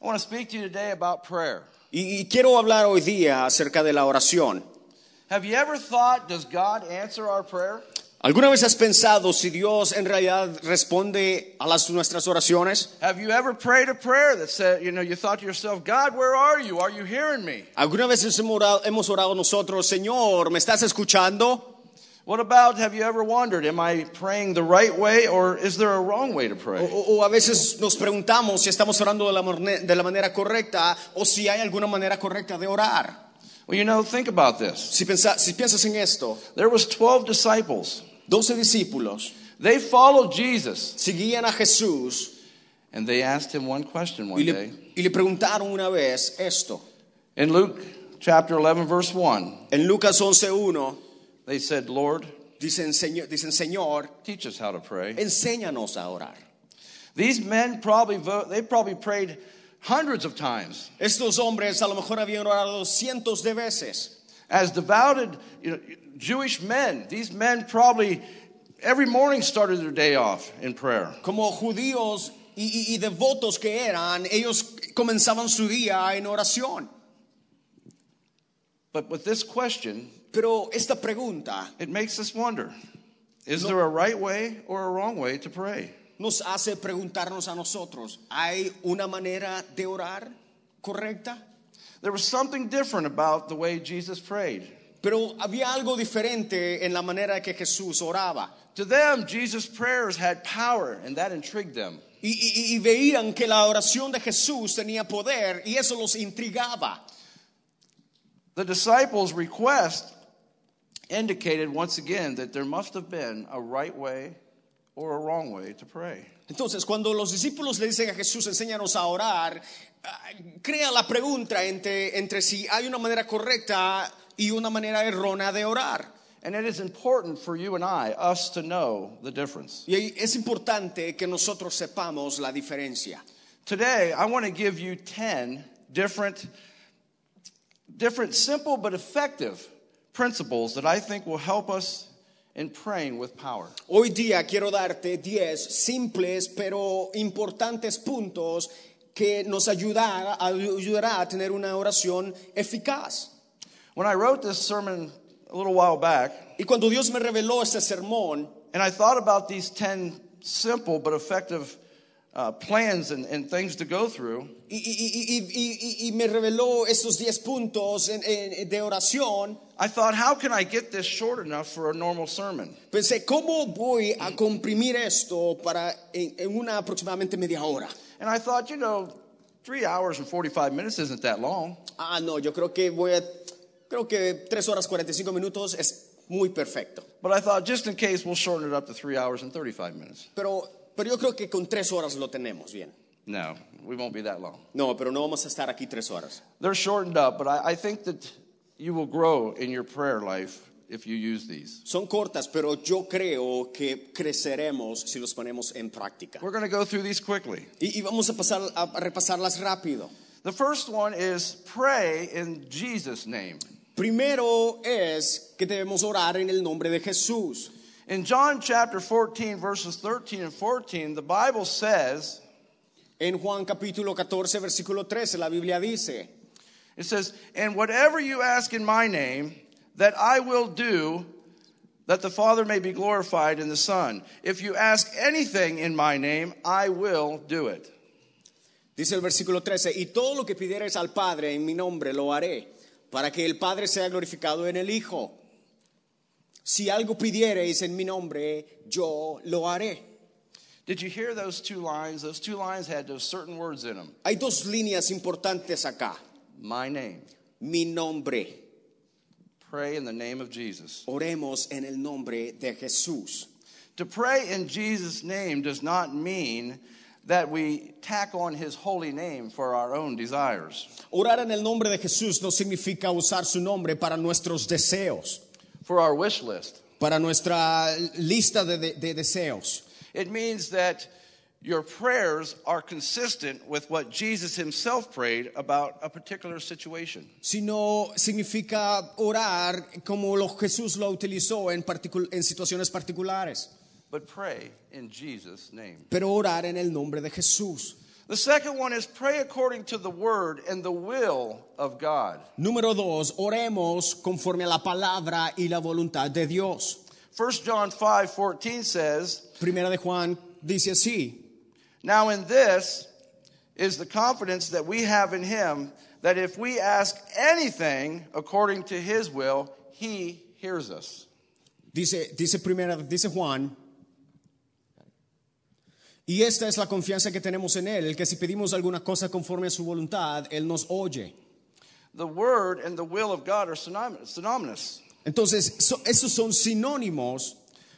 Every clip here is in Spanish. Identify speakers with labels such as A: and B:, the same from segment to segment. A: I want to speak to you today about prayer.
B: Y, y quiero hablar hoy día acerca de la oración.
A: Have you ever thought, does God answer our prayer?
B: ¿Alguna vez has pensado si Dios en realidad responde a las, nuestras oraciones?
A: Have you ever prayed a prayer that said, you know, you thought to yourself, God, where are you? Are you hearing me?
B: ¿Alguna vez hemos orado, hemos orado nosotros, Señor, ¿me estás escuchando?
A: What about have you ever wondered, am I praying the right way or is there a wrong way to
B: O,
A: pray?
B: o- o a veces nos preguntamos si estamos orando de la, morne- de la manera correcta o si hay alguna manera correcta de orar.
A: Well, you know, think about this.
B: Si, pensa- si piensas en esto,
A: There was 12 disciples.
B: doce discípulos
A: They followed Jesus
B: seguían a Jesús
A: and they asked him one question
B: y
A: one day.
B: le, y le preguntaron una vez esto.
A: In Luke chapter 11 verse 1,
B: En Lucas 11.1
A: they said, "Lord,
B: dicen, "Señor- dicen, Señor,
A: teach us how to pray."
B: enséñanos a orar.
A: These men probably vo- they probably prayed hundreds of times.
B: Estos hombres a lo mejor habían orado cientos de veces.
A: As devoted you know, Jewish men, these men probably every morning started their day off in prayer.
B: Como judíos y, y- y devotos que eran, ellos comenzaban su día en oración.
A: But with this question,
B: Pero esta pregunta
A: it makes us wonder: Is there a right way or a wrong way to pray?
B: nos hace preguntarnos a nosotros, ¿hay una manera de orar correcta?
A: There was something different about the way Jesus prayed.
B: Pero había algo diferente en la manera que Jesús oraba.
A: To them, Jesus' prayers had power, and that intrigued them.
B: Y, y- y veían que la oración de Jesús tenía poder y eso los intrigaba.
A: The disciples' request indicated once again that there must have been a right way or a wrong way to pray.
B: Entonces, cuando los discípulos le dicen a Jesús, enséñanos a orar, ah, crea la pregunta entre, entre si hay una manera correcta y una manera errónea de orar.
A: And it is important for you and I, us, to know the difference.
B: Y ahí es importante que nosotros sepamos la diferencia.
A: Today, I want to give you 10 different, different simple but effective principles that I think will help us in praying with power.
B: Hoy día quiero darte 10 simples pero importantes puntos que nos ayudará, ayudará a tener una oración eficaz.
A: When I wrote this sermon a little while back,
B: Y cuando Dios me reveló este sermón,
A: And I thought about these 10 simple but effective uh, plans and, and things to go through.
B: Y, y- y- y- y- y me reveló estos 10 puntos en- en- de oración.
A: I thought, how can I get this short enough for a normal sermon?
B: Pensé, ¿cómo voy a comprimir esto para en, en una aproximadamente media hora?
A: And I thought, you know, three hours and 45 minutes isn't that long.
B: Ah, no, yo creo que voy a, creo que 3 horas 45 minutos es muy perfecto.
A: But I thought, just in case, we'll shorten it up to three hours and 35 minutes.
B: Pero, pero yo creo que con 3 horas lo tenemos bien.
A: No, we won't be that long.
B: No, pero no vamos a estar aquí 3 horas.
A: They're shortened up, but I, I think that you will grow in your prayer life if you use these.
B: Son cortas, pero yo creo que creceremos si los ponemos en práctica.
A: We're going to go through these quickly.
B: Y, y vamos a, pasar, a repasarlas rápido.
A: The first one is pray in Jesus' name.
B: Primero es que debemos orar en el nombre de Jesús.
A: In John chapter 14, verses 13 and 14, the Bible says,
B: En Juan capítulo 14, versículo 13, la Biblia dice,
A: it says, And whatever you ask in my name, that I will do, that the Father may be glorified in the Son. If you ask anything in my name, I will do it.
B: dice el versículo 13, y todo lo que pidieres al Padre en mi nombre lo haré, para que el Padre sea glorificado en el Hijo. Si algo pidiereis en mi nombre, yo lo haré.
A: Did you hear those two lines? Those two lines had those certain words in them
B: Hay dos líneas importantes acá.
A: My name.
B: Mi nombre.
A: Pray in the name of Jesus.
B: Oremos en el nombre de Jesús.
A: To pray in Jesus' name does not mean that we tack on his holy name for our own desires.
B: Orar en el nombre de Jesús no significa usar su nombre para nuestros deseos,
A: for our wish list.
B: para nuestra lista de, de- de deseos.
A: It means that your prayers are consistent with what Jesus himself prayed about a particular situation.
B: Sino significa orar como lo- Jesús lo utilizó en, particu- en situaciones particulares,
A: But pray in Jesus' name.
B: pero orar en el nombre de Jesús.
A: The second one is pray according to the word and the will of God.
B: Número dos, oremos conforme a la palabra y la voluntad de Dios.
A: 1 John 5 14 says,
B: Primera de Juan dice así,
A: Now in this is the confidence that we have in him that if we ask anything according to his will, he hears us.
B: dice, dice, primera, dice Juan, y esta es la confianza que tenemos en Él, que si pedimos alguna cosa conforme a su voluntad, Él nos oye.
A: The word and the will of God are synony- synonymous.
B: Entonces, so- esos son sinónimos.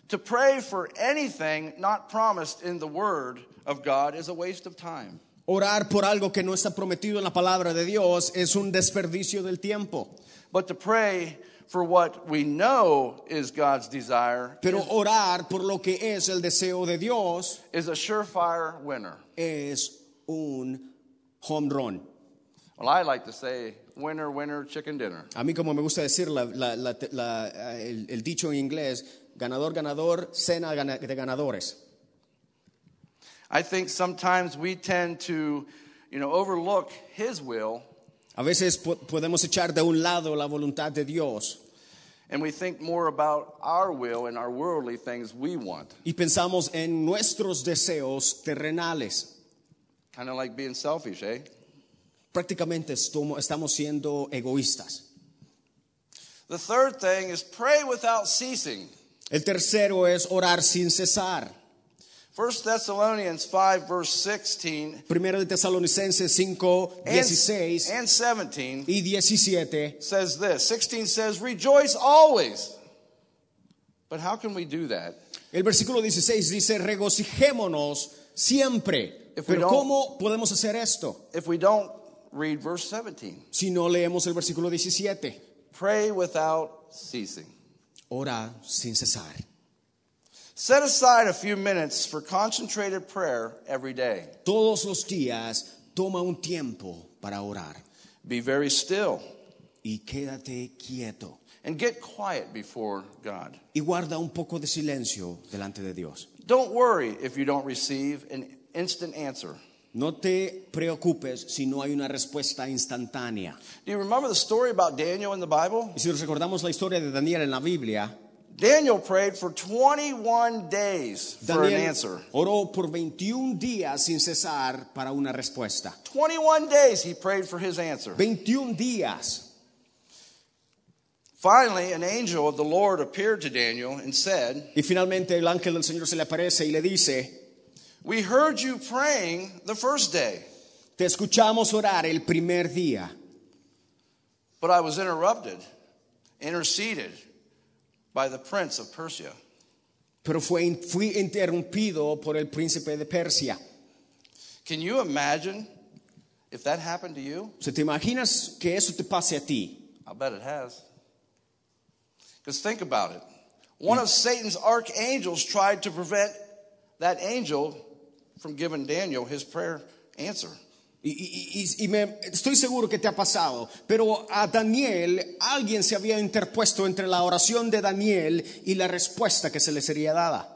A: To pray for anything not promised in the word of God is a waste of time.
B: Orar por algo que no está prometido en la palabra de Dios es un desperdicio del tiempo.
A: But to pray for what we know is God's desire
B: Pero orar por lo que es el deseo de Dios
A: is a surefire winner.
B: es un home run.
A: Well, I like to say, winner, winner, chicken dinner.
B: A mí como me gusta decir la- la- la- la- el, el dicho en inglés, ganador, ganador, cena gana- de ganadores.
A: I think sometimes we tend to, you know, overlook His will
B: A veces po- podemos echar de un lado la voluntad de Dios
A: and we think more about our will and our worldly things we want.
B: y pensamos en nuestros deseos terrenales.
A: Kind of like being selfish, eh?
B: Prácticamente estomo- estamos siendo egoístas.
A: The third thing is pray without ceasing.
B: El tercero es orar sin cesar.
A: 1 Thessalonians 5, verse 16
B: Primero de Tesalonicenses 5,
A: and,
B: 16
A: and 17
B: y 17
A: says this 16 says, Rejoice always. But how can we do that
B: El versículo 16 dice, regocijémonos siempre.
A: If we
B: Pero
A: don't-
B: ¿cómo podemos hacer esto
A: if we don't read verse 17?
B: si no leemos el versículo 17?
A: Pray without ceasing.
B: Ora sin cesar.
A: Set aside a few minutes for concentrated prayer every day.
B: Todos los días toma un tiempo para orar
A: Be very still
B: y quédate quieto
A: and get quiet before God.
B: y guarda un poco de silencio delante de Dios.
A: Don't worry if you don't receive an instant answer.
B: No te preocupes si no hay una respuesta instantánea.
A: Do you remember the story about Daniel in the Bible?
B: Y si nos recordamos la historia de Daniel en la Biblia,
A: Daniel prayed for 21 days for an
B: Daniel
A: answer.
B: oró por 21 días sin cesar para una respuesta.
A: 21 days he prayed for his answer.
B: 21 días.
A: Finally, an angel of the Lord appeared to Daniel and said,
B: Y finalmente el ángel del Señor se le aparece y le dice,
A: We heard you praying the first day,
B: te escuchamos orar el primer día,
A: but I was interrupted, interceded by the prince of Persia.
B: pero fue- fui interrumpido por el príncipe de Persia.
A: Can you imagine if that happened to you?
B: ¿Se te imaginas que eso te pase a ti?
A: I bet it has. Because think about it. One of Satan's archangels tried to prevent that angel from giving Daniel his prayer answer.
B: Y, y- y- y me- estoy seguro que te ha pasado, pero a Daniel alguien se había interpuesto entre la oración de Daniel y la respuesta que se le sería dada.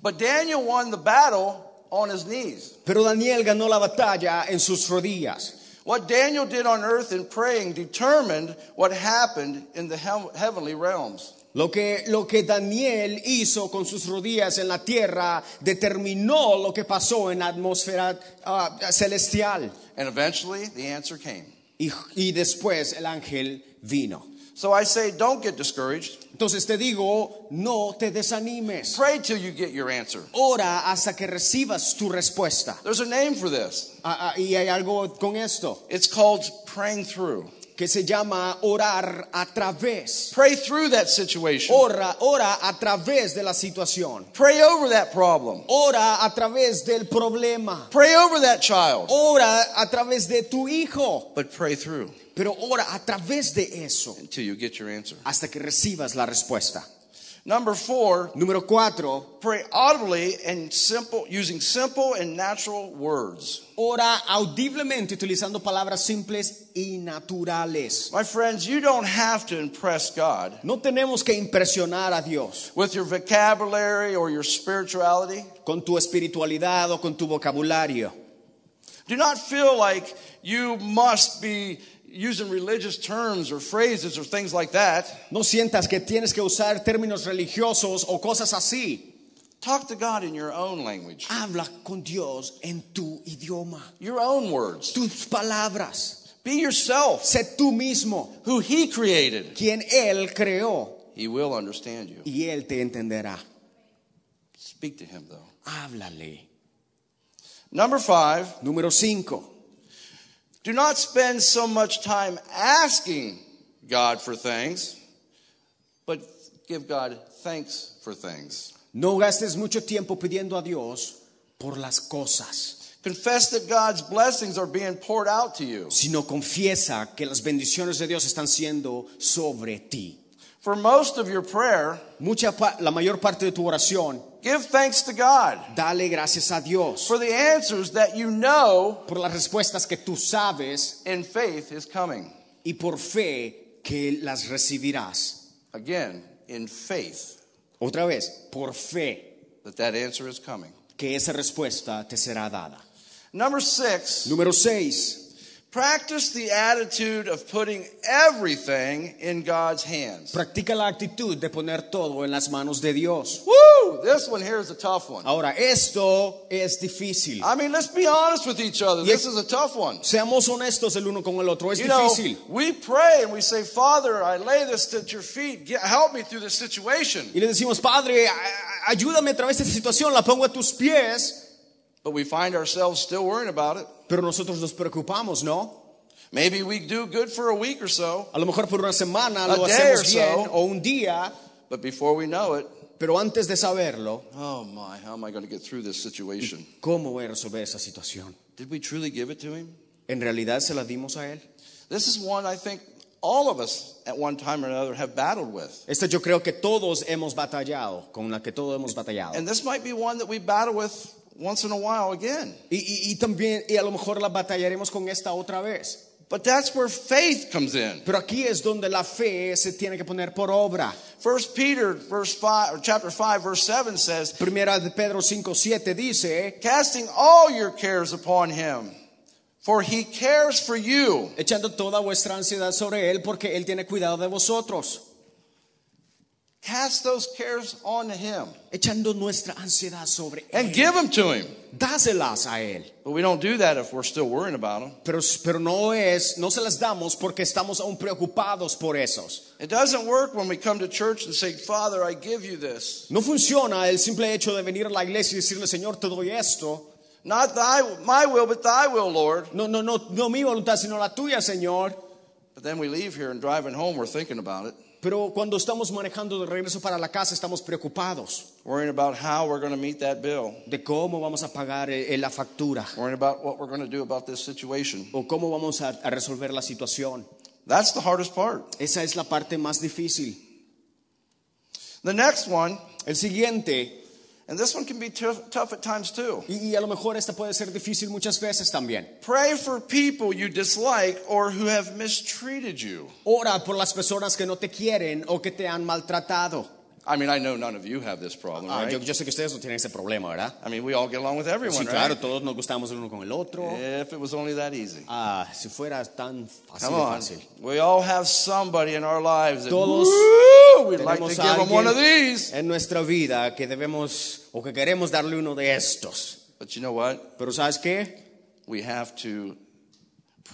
A: But Daniel won the battle on his knees.
B: Pero Daniel ganó la batalla en sus rodillas.
A: What Daniel did on earth in praying determined what happened in the heav- heavenly realms.
B: Lo que, lo que Daniel hizo con sus rodillas en la tierra determinó lo que pasó en la atmósfera ah, celestial.
A: And eventually the answer came.
B: Y, y después el ángel vino.
A: So I say, don't get discouraged.
B: Entonces te digo, no te desanimes.
A: Pray till you get your answer.
B: Ora hasta que recibas tu respuesta.
A: There's a name for this.
B: Ah, ah, y hay algo con esto
A: It's called praying through.
B: que se llama orar a través.
A: Pray through that situation.
B: Ora, ora a través de la situación.
A: Pray over that problem.
B: Ora a través del problema.
A: Pray over that child.
B: Ora a través de tu hijo.
A: But pray through
B: Pero ora a través de eso
A: until you get your answer.
B: hasta que recibas la respuesta.
A: Number four,
B: Número cuatro,
A: pray audibly and simple, using simple and natural words.
B: ora audiblemente utilizando palabras simples y naturales.
A: My friends, you don't have to impress God
B: No tenemos que impresionar a Dios
A: with your vocabulary or your spirituality.
B: con tu espiritualidad o con tu vocabulario.
A: Do not feel like you must be using religious terms or phrases or things like that.
B: No sientas que tienes que usar términos religiosos o cosas así.
A: Talk to God in your own language,
B: Habla con Dios en tu idioma,
A: your own words.
B: tus palabras.
A: Be yourself,
B: Sé tú mismo,
A: who He created.
B: quien Él creó,
A: He will understand you.
B: y Él te entenderá.
A: Speak to Him, though.
B: Háblale.
A: Number five,
B: Número 5.
A: do not spend so much time asking God for things, but give God thanks for things.
B: No gastes mucho tiempo pidiendo a Dios por las cosas,
A: Confess that God's blessings are being poured out to you.
B: sino confiesa que las bendiciones de Dios están siendo sobre ti.
A: For most of your prayer,
B: Mucha pa- la mayor parte de tu oración,
A: give thanks to God
B: dale gracias a Dios
A: for the answers that you know
B: por las respuestas que tú sabes
A: in faith is coming.
B: y por fe que las recibirás.
A: Again, in faith
B: Otra vez, por fe
A: that that answer is coming.
B: que esa respuesta te será dada.
A: Number six,
B: Número 6.
A: practice the attitude of putting everything in God's hands.
B: Practica la actitud de poner todo en las manos de Dios.
A: Woo! This one here is a tough one.
B: Ahora, esto es difícil.
A: I mean, let's be honest with each other. This is a tough one.
B: Seamos honestos el uno con el otro, es
A: You know,
B: difícil.
A: we pray and we say, Father, I lay this at your feet. Get- help me through this situation.
B: Y le decimos, Padre, a- a- ayúdame a través de esta situación, la pongo a tus pies.
A: But we find ourselves still worrying about it.
B: Pero nosotros nos preocupamos, ¿no?
A: Maybe we do good for a week or so,
B: A lo mejor por una semana
A: A
B: lo
A: day
B: hacemos
A: or so.
B: bien o un día,
A: but before we know it,
B: pero antes de saberlo,
A: oh my, how am I going to get through this situation?
B: ¿cómo voy a resolver esa situación?
A: Did we truly give it to him?
B: ¿En realidad se la dimos a Él?
A: This is one I think all of us at one time or another have battled with.
B: Esta yo creo que todos hemos batallado, con la que todos hemos batallado.
A: And this might be one that we battle with once in a while again.
B: Y, y- y también, y a lo mejor la batallaremos con esta otra vez.
A: But that's where faith comes in.
B: Pero aquí es donde la fe se tiene que poner por obra.
A: First Peter verse 5 or chapter 5 verse 7 says,
B: Primera de Pedro 5:7 dice,
A: "Casting all your cares upon him, for he cares for you."
B: echando toda vuestra ansiedad sobre él porque él tiene cuidado de vosotros.
A: Cast those cares on him
B: Echando nuestra ansiedad sobre
A: and
B: él.
A: give them to him.
B: Dáselas a él.
A: But we don't do that if we're still worrying about them.
B: Pero, pero no es, no se las damos porque estamos aún preocupados por esos.
A: It doesn't work when we come to church and say, Father, I give you this.
B: No funciona el simple hecho de venir a la iglesia y decirle, Señor, te doy esto.
A: Not thy, my will, but thy will, Lord.
B: No, no, no, no mi voluntad, sino la tuya, Señor.
A: But then we leave here and driving home, we're thinking about it,
B: Pero cuando estamos manejando de regreso para la casa, estamos preocupados
A: worrying about how we're going to meet that bill,
B: de cómo vamos a pagar eh, la factura
A: worrying about what we're going to do about this situation.
B: o cómo vamos a- a resolver la situación.
A: That's the hardest part.
B: Esa es la parte más difícil.
A: The next one,
B: El siguiente,
A: and this one can be tough, tough at times too.
B: y, y a lo mejor esta puede ser difícil muchas veces también.
A: Pray for people you dislike or who have mistreated you.
B: Ora por las personas que no te quieren o que te han maltratado.
A: I mean, I know none of you have this problem,
B: Ah,
A: right?
B: yo, yo sé que ustedes no tienen ese problema, ¿verdad?
A: I mean, we all get along with
B: Sí,
A: everyone,
B: claro,
A: right?
B: todos nos gustamos el uno con el otro.
A: If it was only that easy.
B: Ah, si fuera tan fácil,
A: Come
B: de
A: on.
B: fácil.
A: We all have somebody in our lives that
B: Todos
A: woo, we'd like to
B: Tenemos
A: give
B: a
A: them one of
B: alguien
A: these.
B: en nuestra vida que debemos o que queremos darle uno de estos.
A: But you know what?
B: Pero ¿sabes qué?
A: We have to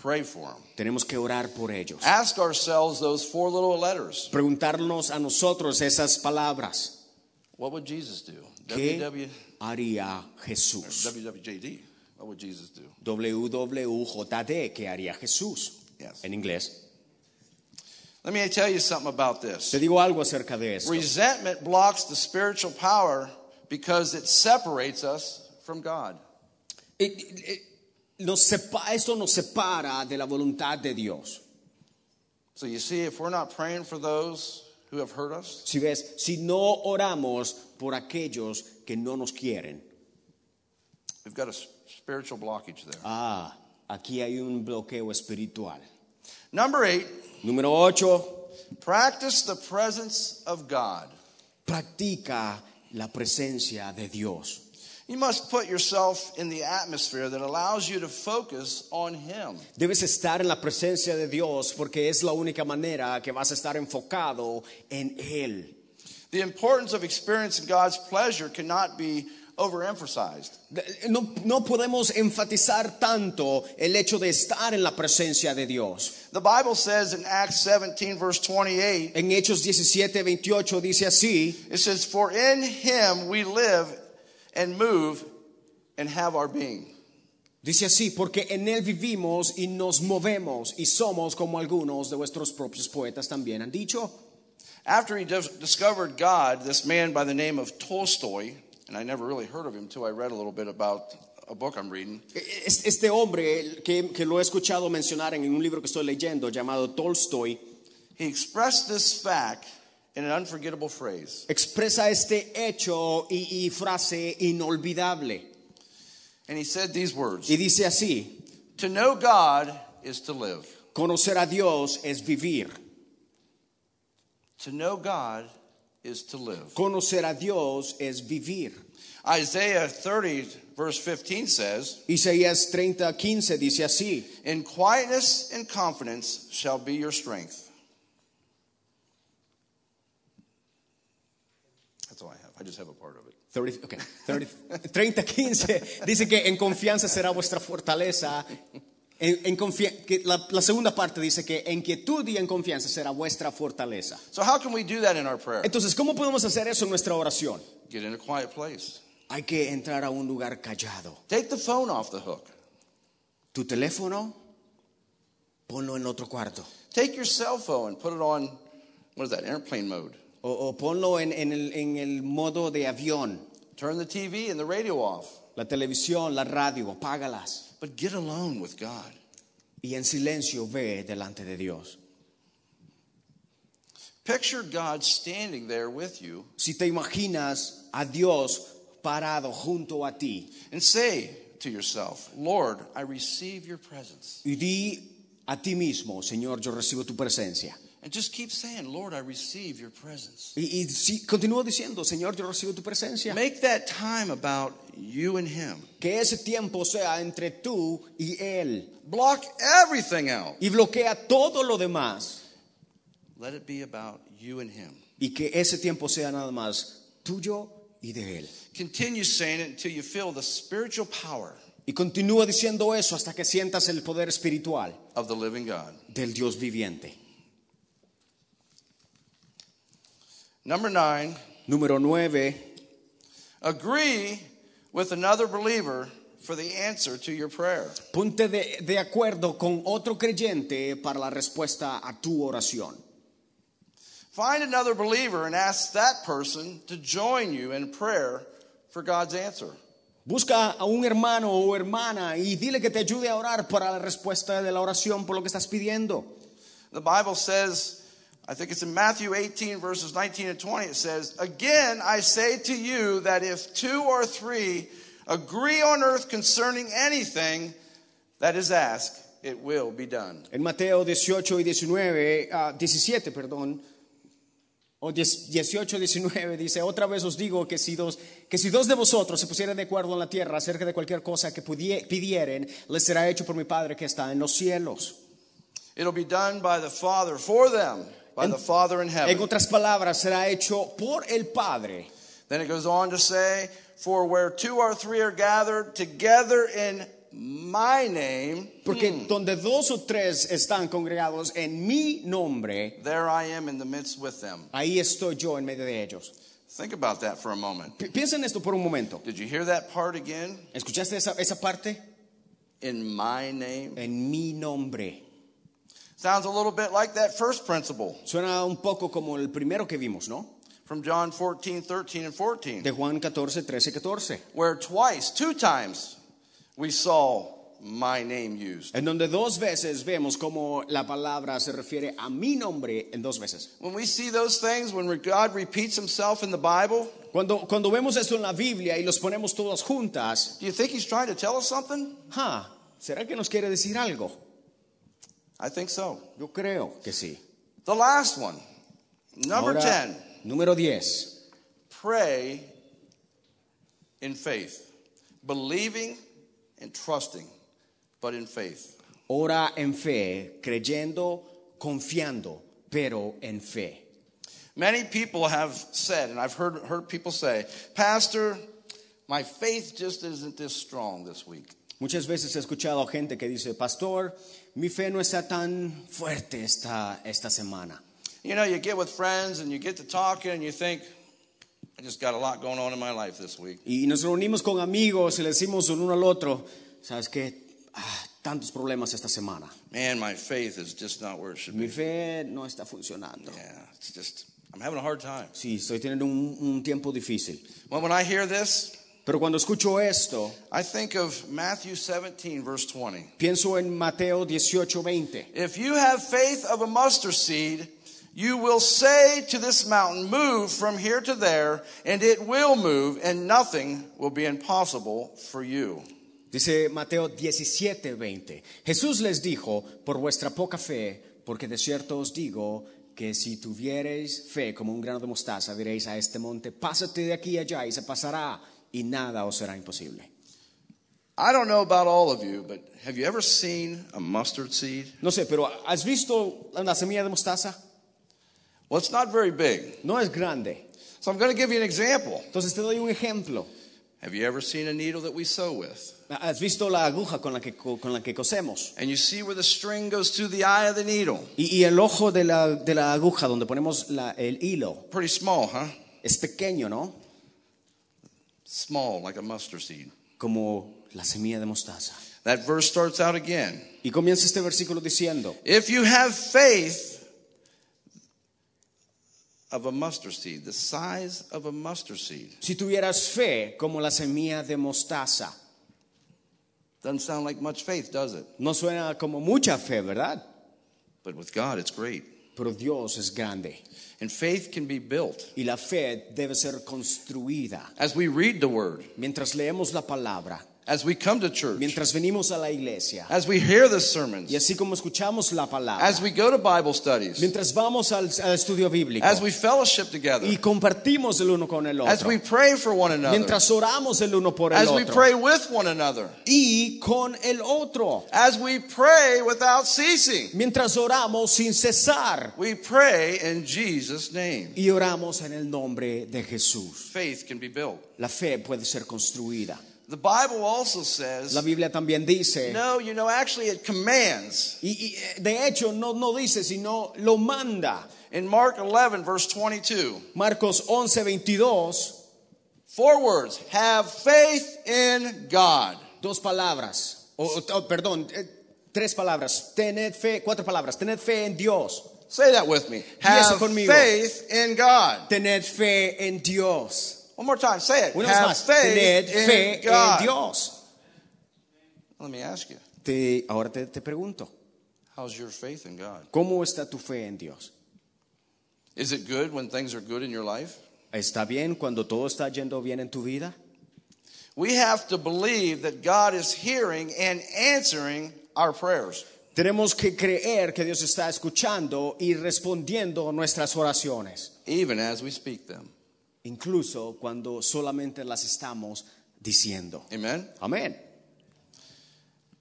A: pray for them.
B: Tenemos que orar por ellos.
A: Ask ourselves those four little letters.
B: Preguntarnos a nosotros esas palabras.
A: What would Jesus do?
B: ¿Qué
A: WW,
B: haría Jesús?
A: WWJD. What would Jesus do?
B: WWJD, ¿qué haría Jesús?
A: Yes.
B: En inglés.
A: Let me tell you something about this.
B: Te digo algo acerca de eso.
A: Resentment blocks the spiritual power because it separates us from God.
B: Eh, eh, eh, Nos sepa- esto nos separa de la voluntad de Dios.
A: So you see, if we're not praying for those who have hurt us,
B: Si ves, si no oramos por aquellos que no nos quieren,
A: we've got a s- spiritual blockage there.
B: ah, aquí hay un bloqueo espiritual.
A: Number eight,
B: Número 8,
A: practice the presence of God.
B: practica la presencia de Dios.
A: You must put yourself in the atmosphere that allows you to focus on Him.
B: Debes estar en la presencia de Dios porque es la única manera que vas a estar enfocado en Él.
A: The importance of experiencing God's pleasure cannot be overemphasized.
B: No, no podemos enfatizar tanto el hecho de estar en la presencia de Dios.
A: The Bible says in Acts 17, verse 28,
B: En Hechos 17, 28 dice así,
A: it says, For in Him we live and move and have our being.
B: dice así, porque en Él vivimos y nos movemos y somos como algunos de vuestros propios poetas también han dicho.
A: After he dis- discovered God, this man by the name of Tolstoy, and I never really heard of him until I read a little bit about a book I'm reading,
B: Es- Este hombre que, que lo he escuchado mencionar en un libro que estoy leyendo llamado Tolstoy,
A: he expressed this fact in an unforgettable phrase.
B: expresa este hecho y, y frase inolvidable.
A: And he said these words
B: Y dice así,
A: To know God is to live.
B: conocer a Dios es vivir.
A: To know God is to live.
B: Conocer a Dios es vivir.
A: Isaiah 30, verse 15 says,
B: Isaías 30, 15 dice así,
A: In quietness and confidence shall be your strength. That's all I have. I just have a part of it.
B: 30, ok, 30, 30, 15, dice que en confianza será vuestra fortaleza. En, en confia- que la, la segunda parte dice que en quietud y en confianza será vuestra fortaleza.
A: So, how can we do that in our prayer?
B: Entonces, ¿cómo podemos hacer eso en nuestra oración?
A: Get in a quiet place.
B: Hay que entrar a un lugar callado.
A: Take the phone off the hook.
B: Tu teléfono, ponlo en otro cuarto.
A: Take your cell phone and put it on, what is that, airplane mode.
B: O, o ponlo en, en el, en el modo de avión.
A: Turn the TV and the radio off.
B: La televisión, la radio, apágalas.
A: But get alone with God.
B: Y en silencio ve delante de Dios.
A: Picture God standing there with you
B: Si te imaginas a Dios parado junto a ti
A: and say to yourself, Lord, I receive your presence.
B: y di a ti mismo, Señor, yo recibo tu presencia.
A: And just keep saying, Lord, I receive your presence.
B: Y, y si- continúo diciendo, Señor, yo recibo tu presencia.
A: Make that time about you and him.
B: Que ese tiempo sea entre tú y Él.
A: Block everything out.
B: y bloquea todo lo demás
A: Let it be about you and him.
B: y que ese tiempo sea nada más tuyo y de él.
A: Continue saying it until you feel the spiritual power
B: Y continúa diciendo eso hasta que sientas el poder espiritual
A: of the living God.
B: del Dios viviente.
A: Number nine,
B: Número 9,
A: agree with another believer for the answer to your prayer.
B: ponte de, de acuerdo con otro creyente para la respuesta a tu oración.
A: Find another believer and ask that person to join you in prayer for God's answer.
B: Busca a un hermano o hermana y dile que te ayude a orar para la respuesta de la oración por lo que estás pidiendo.
A: The Bible says, I think it's in Matthew 18, verses 19 and 20, it says, Again, I say to you that if two or three agree on earth concerning anything that is asked, it will be done.
B: En Mateo 18 y 19, ah, 17, perdón, o 10 18 y 19 dice, otra vez os digo que si, dos, que si dos de vosotros se pusieran de acuerdo en la tierra acerca de cualquier cosa que pudie- pidieren, les será hecho por mi Padre que está en los cielos.
A: It'll be done by the Father for them, by the Father in
B: En
A: heaven.
B: otras palabras, será hecho por el Padre.
A: Then it goes on to say, For where two or three are gathered together in my name,
B: Porque donde dos o tres están congregados en mi nombre,
A: there I am in the midst with them.
B: ahí estoy yo en medio de ellos.
A: Think about that for a moment.
B: Pi- piensa en esto por un momento.
A: Did you hear that part again?
B: ¿Escuchaste esa, esa parte?
A: in my name.
B: En mi nombre.
A: Sounds a little bit like that first principle
B: Suena un poco como el primero que vimos, ¿no?
A: from John 14, 13, and 14,
B: De Juan 14, 13, 14.
A: where twice, two times, we saw my name used.
B: En donde dos veces vemos cómo la palabra se refiere a mi nombre en dos veces.
A: When we see those things, when God repeats himself in the Bible,
B: Cuando, cuando vemos esto en la Biblia y los ponemos todas juntas,
A: do you think he's trying to tell us something?
B: ja, ¿será que nos quiere decir algo?
A: I think so.
B: Yo creo que sí.
A: The last one, number
B: Ahora,
A: 10,
B: Número 10.
A: pray in faith. believing and trusting, but in faith.
B: Ora en fe, creyendo, confiando, pero en fe.
A: Many people have said, and I've heard, heard people say, Pastor, my faith just isn't this strong this week.
B: Muchas veces he escuchado gente que dice, pastor, mi fe no está tan fuerte esta, esta semana.
A: You know, you get with friends and you get to talking and you think, I just got a lot going on in my life this week.
B: Y nos reunimos con amigos y le decimos el uno al otro, ¿sabes qué? Ah, tantos problemas esta semana.
A: Man, my faith is just not where it should be.
B: Mi fe no está funcionando.
A: Yeah, it's just, I'm having a hard time.
B: Sí, estoy teniendo un, un tiempo difícil.
A: Well, when I hear this,
B: Pero cuando escucho esto,
A: I think of Matthew 17, verse 20.
B: pienso en Mateo 18, 20.
A: If you have faith of a mustard seed, you will say to this mountain, Move from here to there, and it will move, and nothing will be impossible for you.
B: Dice Mateo 17, 20. Jesús les dijo, por vuestra poca fe, porque de cierto os digo que si tuviereis fe como un grano de mostaza, diréis a este monte, pásate de aquí a allá y se pasará y nada os será imposible.
A: I don't know about all of you, but have you ever seen a mustard seed?
B: No sé, pero ¿has visto la semilla de mostaza?
A: Well, it's not very big.
B: No es grande.
A: So I'm going to give you an example.
B: Entonces te doy un ejemplo.
A: Have you ever seen a needle that we sew with?
B: ¿Has visto la aguja con la que, co- con la que cosemos?
A: And you see where the string goes through the eye of the needle.
B: Y, y el ojo de la, de la aguja donde ponemos la- el hilo
A: Pretty small, huh?
B: es pequeño, ¿no?
A: Small, like a mustard seed.
B: Como la semilla de mostaza.
A: That verse starts out again.
B: Y comienza este versículo diciendo,
A: If you have faith of a mustard seed, the size of a mustard seed,
B: si tuvieras fe como la semilla de mostaza,
A: doesn't sound like much faith, does it?
B: no suena como mucha fe, ¿verdad?
A: But with God, it's great.
B: Pero Dios es grande
A: And faith can be built.
B: y la fe debe ser construida.
A: As we read the word,
B: Mientras leemos la palabra,
A: as we come to church,
B: mientras venimos a la iglesia
A: as we hear the
B: y
A: sermons,
B: así como escuchamos la palabra,
A: as we go to Bible studies,
B: mientras vamos al, al estudio bíblico
A: as we fellowship together,
B: y compartimos el uno con el
A: as
B: otro,
A: we pray for one another,
B: mientras oramos el uno por el
A: as we
B: otro
A: pray with one another,
B: y con el otro,
A: as we pray without ceasing.
B: mientras oramos sin cesar
A: We pray in Jesus' name.
B: y oramos en el nombre de Jesús.
A: Faith can be built.
B: La fe puede ser construida.
A: The Bible also
B: La
A: says,
B: Biblia también dice,
A: no, you know, actually it commands.
B: y, y, eh, de hecho no, no dice, sino lo manda.
A: In Mark 11, verse 22,
B: Marcos 11, 22,
A: four words have faith in God.
B: dos palabras, o, o- o, perdón, eh, tres palabras, tened fe, cuatro palabras, tened fe en Dios,
A: Say that with me.
B: eso
A: Have
B: conmigo.
A: faith in God.
B: tened fe en Dios.
A: One more time, say it.
B: Una vez
A: have
B: más, tened
A: faith
B: fe
A: in
B: en
A: God.
B: Dios.
A: Let me ask you,
B: Te- ahora te, te pregunto,
A: how's your faith in God?
B: ¿cómo está tu fe en Dios?
A: Is it good when things are good in your life?
B: ¿Está bien cuando todo está yendo bien en tu vida?
A: We have to believe that God is hearing and answering our prayers.
B: Tenemos que creer que Dios está escuchando y respondiendo nuestras oraciones,
A: even as we speak them.
B: incluso cuando solamente las estamos diciendo.
A: Amen.
B: Amén.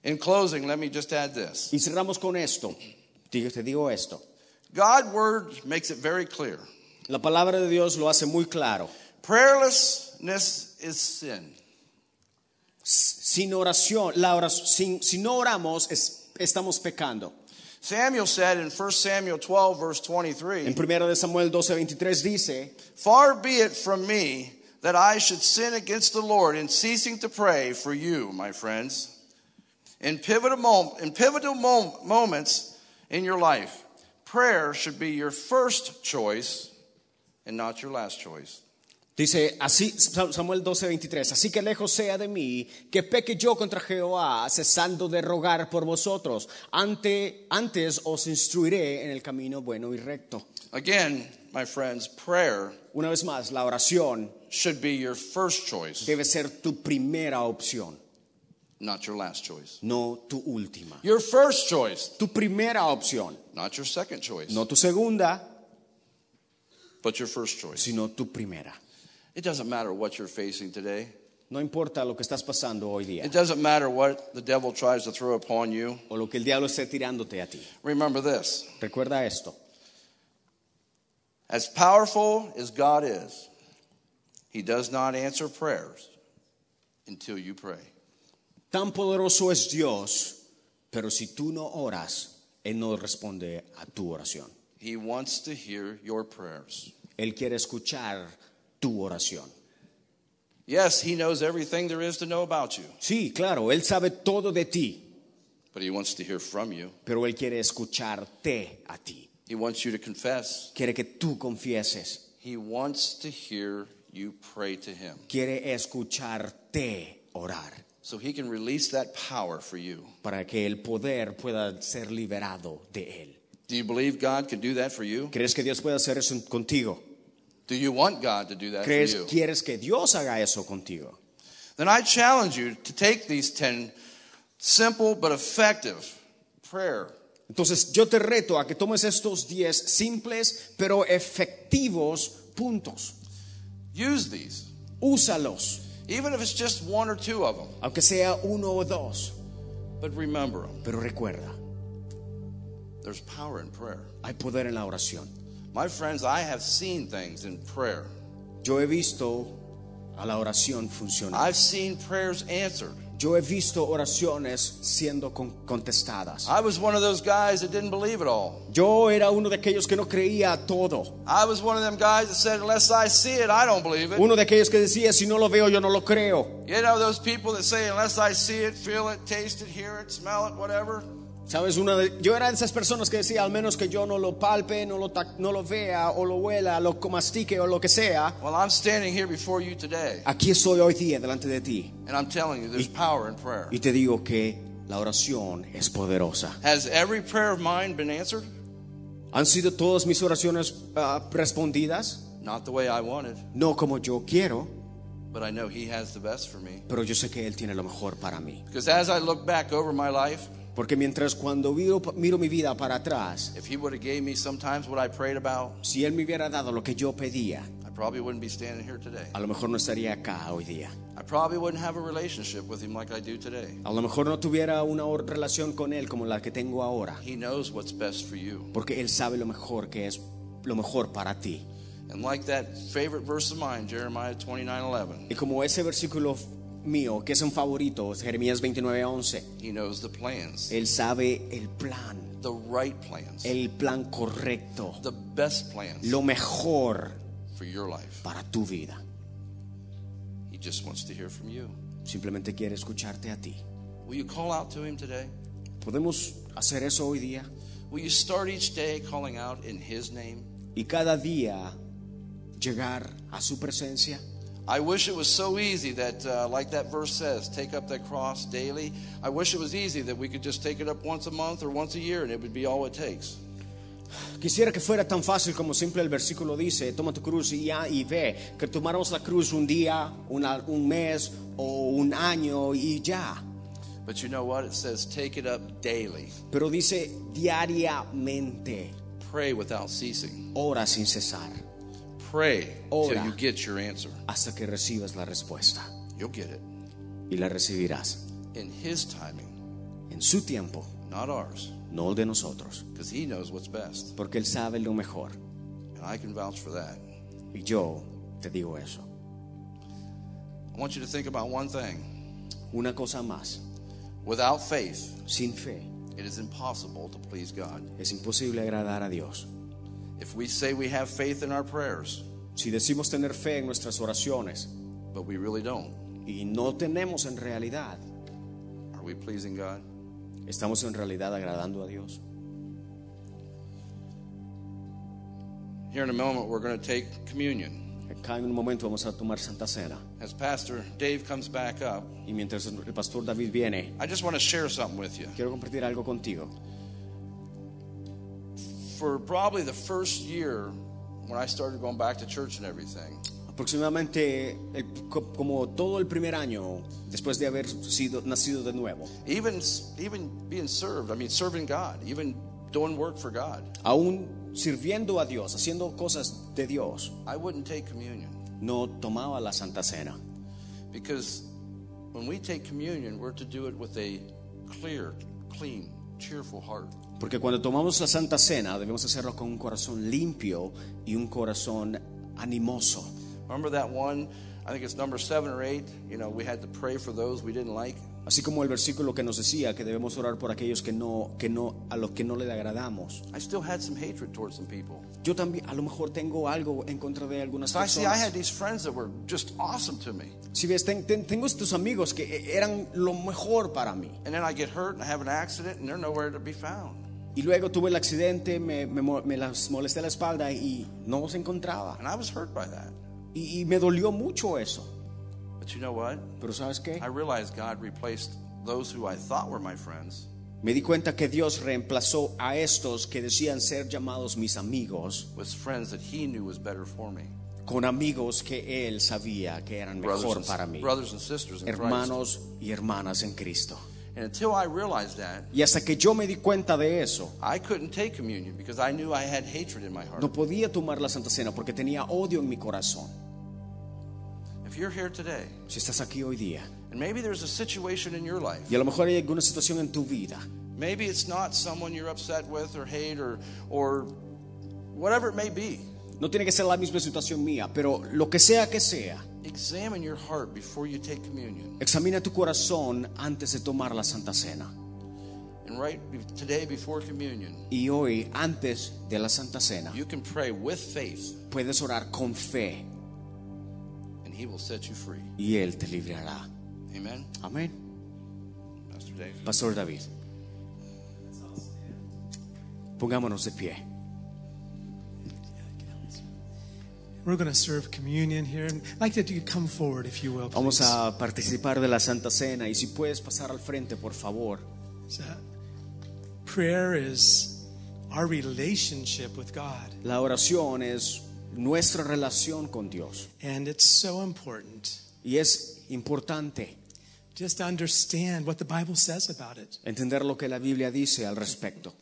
A: In closing, let me just add this.
B: Y cerramos con esto. Digo- Te digo esto.
A: God word makes it very clear.
B: La palabra de Dios lo hace muy claro.
A: Prayerlessness is sin.
B: Sin oración, la oración sin, si no oramos, es- estamos pecando.
A: Samuel said in 1 Samuel 12 verse
B: En
A: 23,
B: 1 de Samuel 12, 23 dice,
A: "Far be it from me that I should sin against the Lord in ceasing to pray for you, my friends, in pivotal mom- in pivotal mom- moments in your life. Prayer should be your first choice and not your last choice."
B: Dice así Sa- Samuel 12:23, así que lejos sea de mí que peque yo contra Jehová, cesando de rogar por vosotros. Ante, antes os instruiré en el camino bueno y recto.
A: Again, my friends, prayer
B: Una vez más, la oración
A: should be your first choice,
B: debe ser tu primera opción,
A: not your last choice.
B: no tu última.
A: Your first choice,
B: Tu primera opción,
A: not your second choice,
B: no tu segunda,
A: but your first choice.
B: sino tu primera.
A: It doesn't matter what you're facing today.
B: No importa lo que estás pasando hoy día
A: It doesn't matter what the devil tries to throw upon you.
B: o lo que el diablo esté tirándote a ti.
A: Remember this
B: Recuerda esto.
A: as powerful as God is, He does not answer prayers until you pray.
B: Tan poderoso es Dios, pero si tú no oras, Él no responde a tu oración.
A: He wants to hear your prayers.
B: Él quiere escuchar tu oración.
A: Yes, He knows everything there is to know about you,
B: Sí, claro, Él sabe todo de ti,
A: but He wants to hear from you.
B: pero Él quiere escucharte a ti.
A: He wants you to confess.
B: Quiere que tú confieses,
A: He wants to hear you pray to Him
B: quiere escucharte orar
A: so He can release that power for you.
B: para que el poder pueda ser liberado de Él.
A: Do you believe God can do that for you?
B: ¿Crees que Dios puede hacer eso contigo?
A: Do you want God to do that for
B: ¿Crees,
A: you?
B: ¿Quieres que Dios haga eso contigo?
A: Then I challenge you to take these 10 simple but effective prayer
B: Entonces yo te reto a que tomes estos 10 simples pero efectivos puntos.
A: Use these,
B: Úsalos,
A: even if it's just one or two of them.
B: aunque sea uno o dos,
A: But remember them.
B: pero recuerda,
A: There's power in prayer.
B: hay poder en la oración.
A: My friends, I have seen things in prayer.
B: Yo he visto a la oración funcionar.
A: I've seen prayers answered.
B: Yo he visto oraciones siendo con- contestadas.
A: I was one of those guys that didn't believe it all.
B: Yo era uno de aquellos que no creía todo.
A: I was one of them guys that said, unless I see it, I don't believe it.
B: Uno de aquellos que decía, si no lo veo, yo no lo creo.
A: You know, those people that say, unless I see it, feel it, taste it, hear it, smell it, whatever.
B: Sabes, una de- yo era de esas personas que decía, al menos que yo no lo palpe, no lo, tac- no lo vea, o lo huela, lo mastique o lo que sea.
A: Well, I'm standing here before you today,
B: Aquí estoy hoy día delante de ti
A: and I'm telling you, there's power in prayer.
B: y te digo que la oración es poderosa.
A: Has every prayer of mine been answered?
B: ¿Han sido todas mis oraciones ah, respondidas?
A: Not the way I wanted,
B: No como yo quiero,
A: but I know He has the best for me.
B: pero yo sé que Él tiene lo mejor para mí.
A: Because as I look back over my life,
B: Porque mientras cuando miro, miro mi vida para atrás,
A: if He would have gave me sometimes what I prayed about,
B: si Él me hubiera dado lo que yo pedía,
A: I probably wouldn't be standing here today.
B: a lo mejor no estaría acá hoy día.
A: I probably wouldn't have a relationship with Him like I do today.
B: A lo mejor no tuviera una or- relación con Él como la que tengo ahora,
A: He knows what's best for you.
B: porque Él sabe lo mejor que es lo mejor para ti.
A: And like that favorite verse of mine, Jeremiah 29 11,
B: Y como ese versículo mío, que es un favorito, es Jeremías 29:11,
A: He knows the plans,
B: Él sabe el plan,
A: the right plans,
B: el plan correcto,
A: the best plans
B: lo mejor
A: for your life.
B: para tu vida.
A: He just wants to hear from you.
B: Simplemente quiere escucharte a ti.
A: Will you call out to Him today?
B: ¿Podemos hacer eso hoy día?
A: Will you start each day calling out in His name?
B: y cada día llegar a su presencia.
A: I wish it was so easy that, uh, like that verse says, take up that cross daily. I wish it was easy that we could just take it up once a month or once a year and it would be all it takes.
B: Quisiera que fuera tan fácil como simple el versículo dice, toma tu cruz y, ya- y ve, que tomáramos la cruz un día, una- un mes o un año y ya.
A: But you know what? It says, take it up daily.
B: Pero dice diariamente,
A: Pray without ceasing.
B: ora sin cesar,
A: Pray
B: Ora.
A: till you get your answer.
B: hasta que recibas la respuesta.
A: You'll get it
B: Y la recibirás
A: in His timing,
B: en su tiempo,
A: not ours,
B: no el de nosotros,
A: because He knows what's best.
B: porque Él sabe lo mejor.
A: And I can vouch for that.
B: Y yo te digo eso.
A: I want you to think about one thing
B: Una cosa más,
A: without faith,
B: sin fe
A: it is impossible to please God.
B: es imposible agradar a Dios.
A: If we say we have faith in our prayers,
B: Si decimos tener fe en nuestras oraciones
A: but we really don't,
B: y no tenemos en realidad,
A: Are we pleasing God?
B: estamos en realidad agradando a Dios.
A: Here in a moment, we're going to take communion.
B: Acá en un momento vamos a tomar Santa Cena
A: As Pastor Dave comes back up,
B: y mientras el pastor David viene,
A: I just want to share something with you.
B: quiero compartir algo contigo.
A: For probably the first year when I started going back to church and everything,
B: Aproximadamente el- co- como todo el primer año después de haber sido nacido de nuevo,
A: even even being served, I mean serving God, even doing work for God,
B: aún sirviendo a Dios, haciendo cosas de Dios,
A: I wouldn't take communion.
B: no tomaba la Santa Cena.
A: Because when we take communion, we're to do it with a clear, clean, cheerful heart.
B: Porque cuando tomamos la Santa Cena debemos hacerlo con un corazón limpio y un corazón animoso.
A: Remember that one? I think it's number seven or eight. You know, we had to pray for those we didn't like.
B: Así como el versículo que nos decía que debemos orar por aquellos que no, que no, a los que no le agradamos.
A: I still had some hatred towards some people.
B: Yo también, a lo mejor tengo algo en contra de algunas
A: So I see, I had
B: personas.
A: these friends that were just awesome to me.
B: Si ves, ten- ten- tengo estos amigos que eh, eran lo mejor para mí.
A: And then I get hurt and I have an accident and they're nowhere to be found.
B: Y luego tuve el accidente, me, me mo- me las molesté la espalda y no los encontraba.
A: And I was hurt by that.
B: Y, y me dolió mucho eso.
A: But you know what?
B: Pero ¿sabes qué?
A: I realized God replaced those who I thought were my friends
B: Me di cuenta que Dios reemplazó a estos que decían ser llamados mis amigos
A: with friends that He knew was better for me.
B: con amigos que Él sabía que eran mejor
A: Brothers
B: para
A: and,
B: mí.
A: brothers and sisters in Christ.
B: hermanos y hermanas en Cristo.
A: And until I realized that,
B: Y hasta que yo me di cuenta de eso,
A: I couldn't take communion because I knew I had hatred in my heart.
B: no podía tomar la Santa Cena porque tenía odio en mi corazón.
A: If you're here today,
B: Si estás aquí hoy día
A: and maybe there's a situation in your life,
B: y a lo mejor hay alguna situación en tu vida,
A: maybe it's not someone you're upset with or hate or, or whatever it may be,
B: no tiene que ser la misma situación mía, pero lo que sea que sea,
A: examine your heart before you take communion.
B: examina tu corazón antes de tomar la Santa Cena.
A: And right be- today before communion,
B: Y hoy, antes de la Santa Cena,
A: you can pray with faith
B: puedes orar con fe
A: and He will set you free.
B: y Él te librará.
A: Amen,
B: Amén.
A: Pastor Dave.
B: Pastor David, pongámonos de pie.
C: We're going to serve communion here. I'd like that you come forward, if you will.
B: Vamos
C: please.
B: a participar de la Santa Cena y si puedes pasar al frente, por favor.
C: So, prayer is our relationship with God,
B: La oración es nuestra relación con Dios
C: and it's so important.
B: y es importante
C: Just to understand what the Bible says about it.
B: entender lo que la Biblia dice al respecto.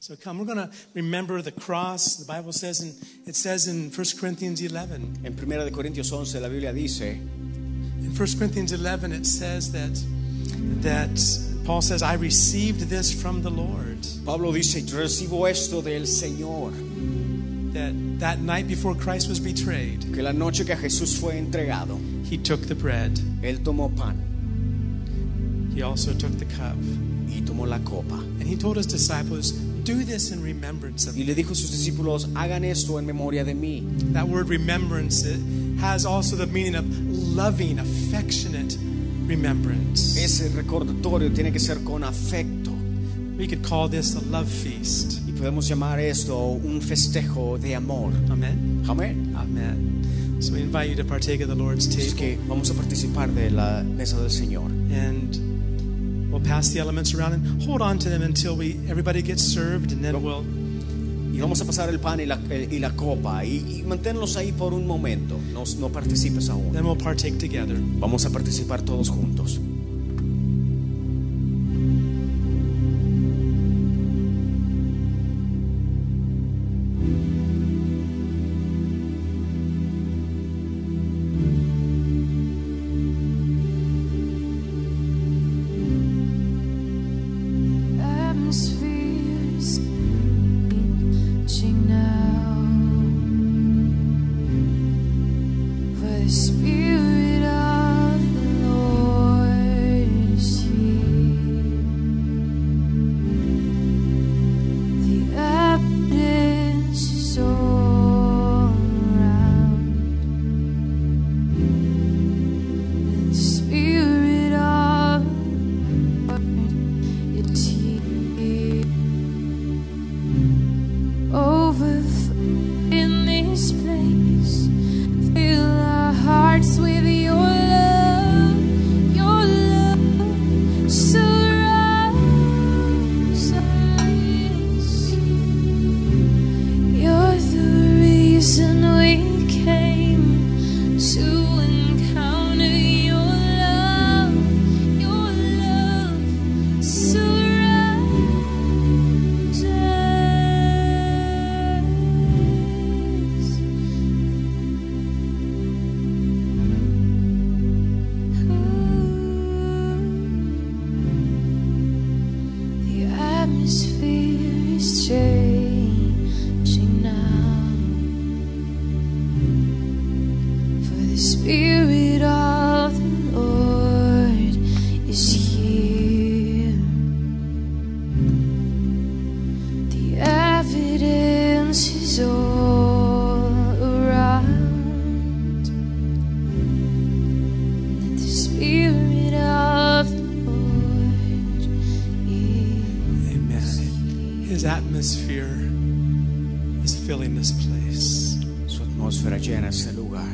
C: So come, we're going to remember the cross. The Bible says, in, it says in 1 Corinthians 11.
B: En 1 de Corintios 11 la Biblia dice,
C: In 1 Corinthians 11, it says that that Paul says, "I received this from the Lord."
B: Pablo dice, yo recibo esto del Señor,
C: That that night before Christ was betrayed,
B: que la noche que Jesús fue entregado,
C: he took the bread.
B: él tomó pan
C: He also took the cup.
B: y tomó la copa
C: And he told his disciples, Do this in remembrance of
B: y
C: me.
B: le dijo a sus discípulos, hagan esto en memoria de mí.
C: That word remembrance it has also the meaning of loving, affectionate remembrance.
B: Ese recordatorio tiene que ser con afecto.
C: We could call this a love feast.
B: Y podemos llamar esto un festejo de amor.
C: Amen.
B: Amén.
C: Amen. So we invite you to partake of the Lord's
B: Así
C: table
B: que vamos a participar de la mesa del Señor.
C: and we'll pass the elements around and hold on to them until we everybody gets served and then we'll
B: Y vamos a pasar el pan y la, el- y la copa. Y, y manténlos ahí por un momento. No, no participes aún.
C: then we'll partake together.
B: Vamos a participar todos juntos.
D: Atmospheres reaching now for the Spirit of the Lord when she's all around. That the spirit of the Lord is
C: Amen. His atmosphere is filling this place.
B: Su atmósfera llena este lugar.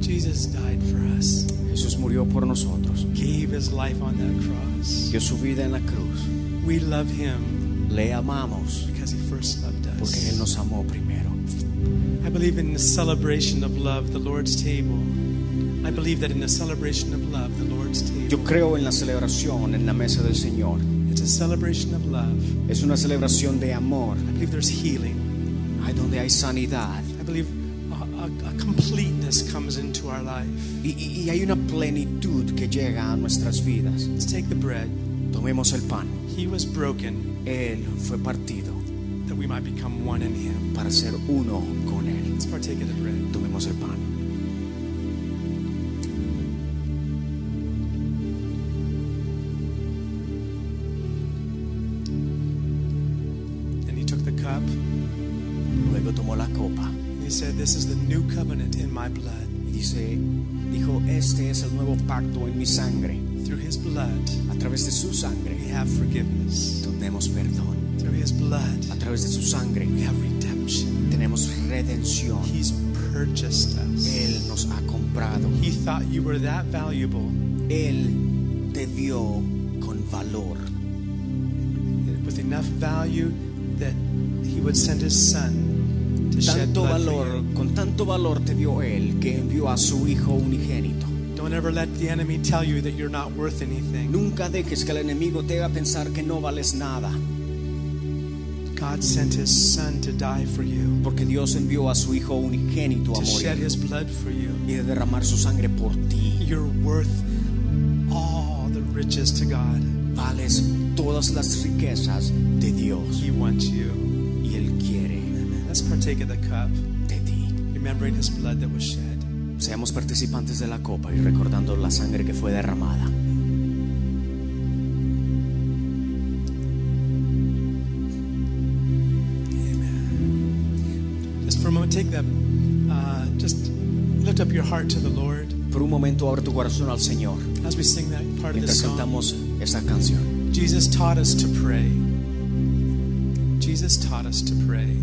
C: Jesus died for us,
B: Jesús murió por nosotros.
C: gave his life on that cross.
B: Dio su vida en la cruz.
C: We love him
B: Le amamos
C: because he first loved
B: porque Él
C: us.
B: nos amó primero.
C: I believe in the celebration of love, the Lord's table. I believe that in the celebration of love, the Lord's table,
B: Yo creo en la celebración en la mesa del Señor.
C: it's a celebration of love.
B: Es una celebración de amor.
C: I believe there's healing.
B: Hay donde hay sanidad.
C: I believe a, a, a completeness comes into our life.
B: Y, y- y hay una plenitud que llega a nuestras vidas.
C: Let's take the bread.
B: Tomemos el pan.
C: He was broken
B: Él fue partido
C: that we might become one in him.
B: para ser uno con Él.
C: Let's partake of the bread.
B: Tomemos el pan.
C: And he took the cup and
B: Luego tomó la copa
C: he said, This is the new covenant in my blood.
B: y dice, dijo, este es el nuevo pacto en mi sangre.
C: Through his blood,
B: A través de su
C: we
B: sangre
C: have forgiveness.
B: tenemos perdón.
C: Through his blood,
B: A través de su sangre
C: we have redemption.
B: tenemos redención.
C: He's purchased us.
B: Él nos ha comprado.
C: He thought you were that valuable
B: Él te dio con valor.
C: with enough value that he would send his son to shed
B: Tanto
C: blood for
B: valor,
C: you.
B: con tanto valor te dio Él que envió a su Hijo unigénito.
C: Don't ever let the enemy tell you that you're not worth anything.
B: Nunca dejes que el enemigo te haga pensar que no vales nada,
C: God sent his son to die for you,
B: porque Dios envió a su Hijo unigénito a
C: to shed
B: morir
C: his blood for you.
B: y de derramar su sangre por ti.
C: You're worth all the riches to God.
B: Vales todas las riquezas de Dios
C: He wants you.
B: y Él quiere
C: Let's partake of the cup,
B: de ti.
C: remembering his blood that was shed.
B: Seamos participantes de la copa y recordando la sangre que fue derramada.
C: Just for a moment, take that. Uh, just lift up your heart to the Lord
B: Por un momento abre tu corazón al Señor
C: as we sing that part of the
B: mientras
C: song.
B: cantamos esta canción.
C: Jesus taught us to pray. Jesus taught us to pray.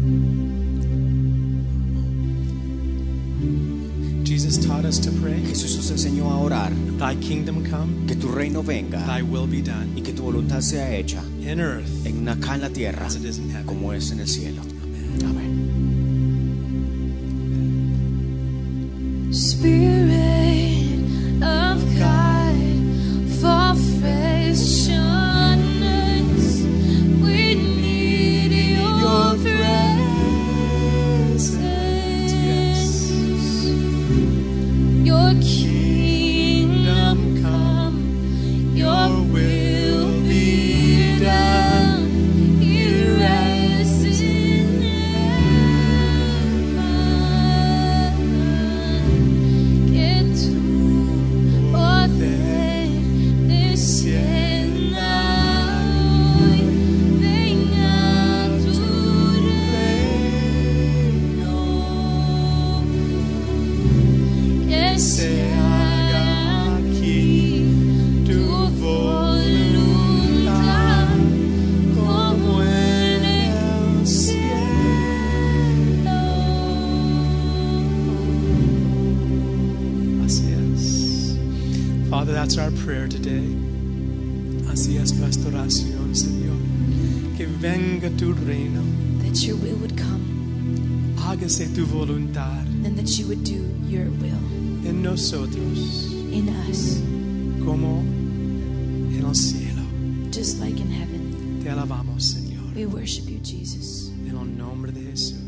C: Jesus taught us to pray.
B: Jesús nos enseñó a orar,
C: Thy kingdom come,
B: que tu reino venga
C: thy will be done
B: y que tu voluntad sea hecha
C: in earth
B: en acá en la tierra
C: as it is in heaven.
B: como es en el cielo. Amén.
D: Spirit of God, fall fresh on us. We need your presence. Your kingdom come, your will be done here as in heaven. Que tu poder descienda hoy, venga tu reino. Que se haga aquí tu voluntad como en el cielo.
C: Así es. Father, that's our prayer today. Así es nuestra oración, Señor. Que venga tu reino,
D: That your will would come
C: hágase tu voluntad
D: and that you would do your will
C: en nosotros
D: in us,
C: como en el cielo.
D: just like in heaven.
C: Te alabamos, Señor.
D: We worship you, Jesus.
C: En el nombre de Jesús.